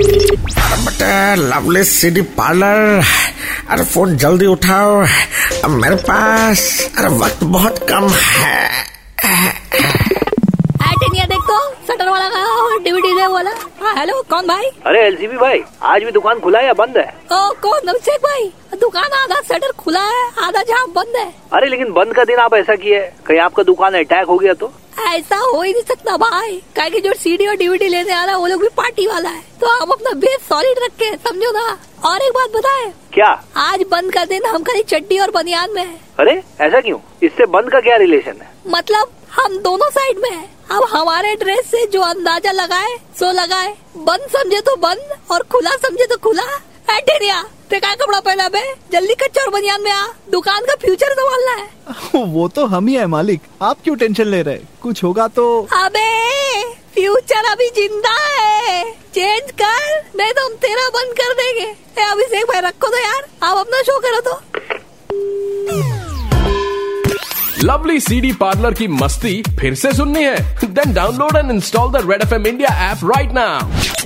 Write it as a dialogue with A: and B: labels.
A: but lovely city parlour अरे phone जल्दी उठाओ अब मेरे पास अरे वक्त बहुत कम है
B: टेनिया देखो सटर वाला का और डीवीडी दे बोला हाँ हेलो कौन भाई
C: अरे एलसीबी भाई आज भी दुकान खुला है या बंद है
B: ओ कौन अभिषेक भाई दुकान आधा शटर खुला है आधा जहाँ बंद है
C: अरे लेकिन बंद का दिन आप ऐसा किए कहीं आपका दुकान अटैक हो गया तो
B: ऐसा हो ही नहीं सकता भाई क्या कि जो सीडी और डीवीडी लेने आ रहा है वो लोग भी पार्टी वाला है तो आप अपना बेस सॉलिड रखे समझो ना और एक बात बताए
C: क्या
B: आज बंद का दिन हम खाली चड्डी और बनियान में है
C: अरे ऐसा क्यों इससे बंद का क्या रिलेशन है
B: मतलब हम दोनों साइड में है अब हमारे ड्रेस से जो अंदाजा लगाए सो लगाए बंद समझे तो बंद और खुला समझे तो खुला एंटेनिया ते का कपड़ा पहना बे जल्दी कच्चा और बनियान में आ दुकान का फ्यूचर संभालना है
D: वो तो हम ही है मालिक आप क्यों टेंशन ले रहे कुछ होगा तो
B: अबे फ्यूचर अभी जिंदा है चेंज कर नहीं तो हम तेरा बंद कर देंगे ए, अभिषेक भाई रखो तो यार आप अपना शो करो तो
E: लवली सीडी पार्लर की मस्ती फिर से सुननी है then download and install the red F M India app right now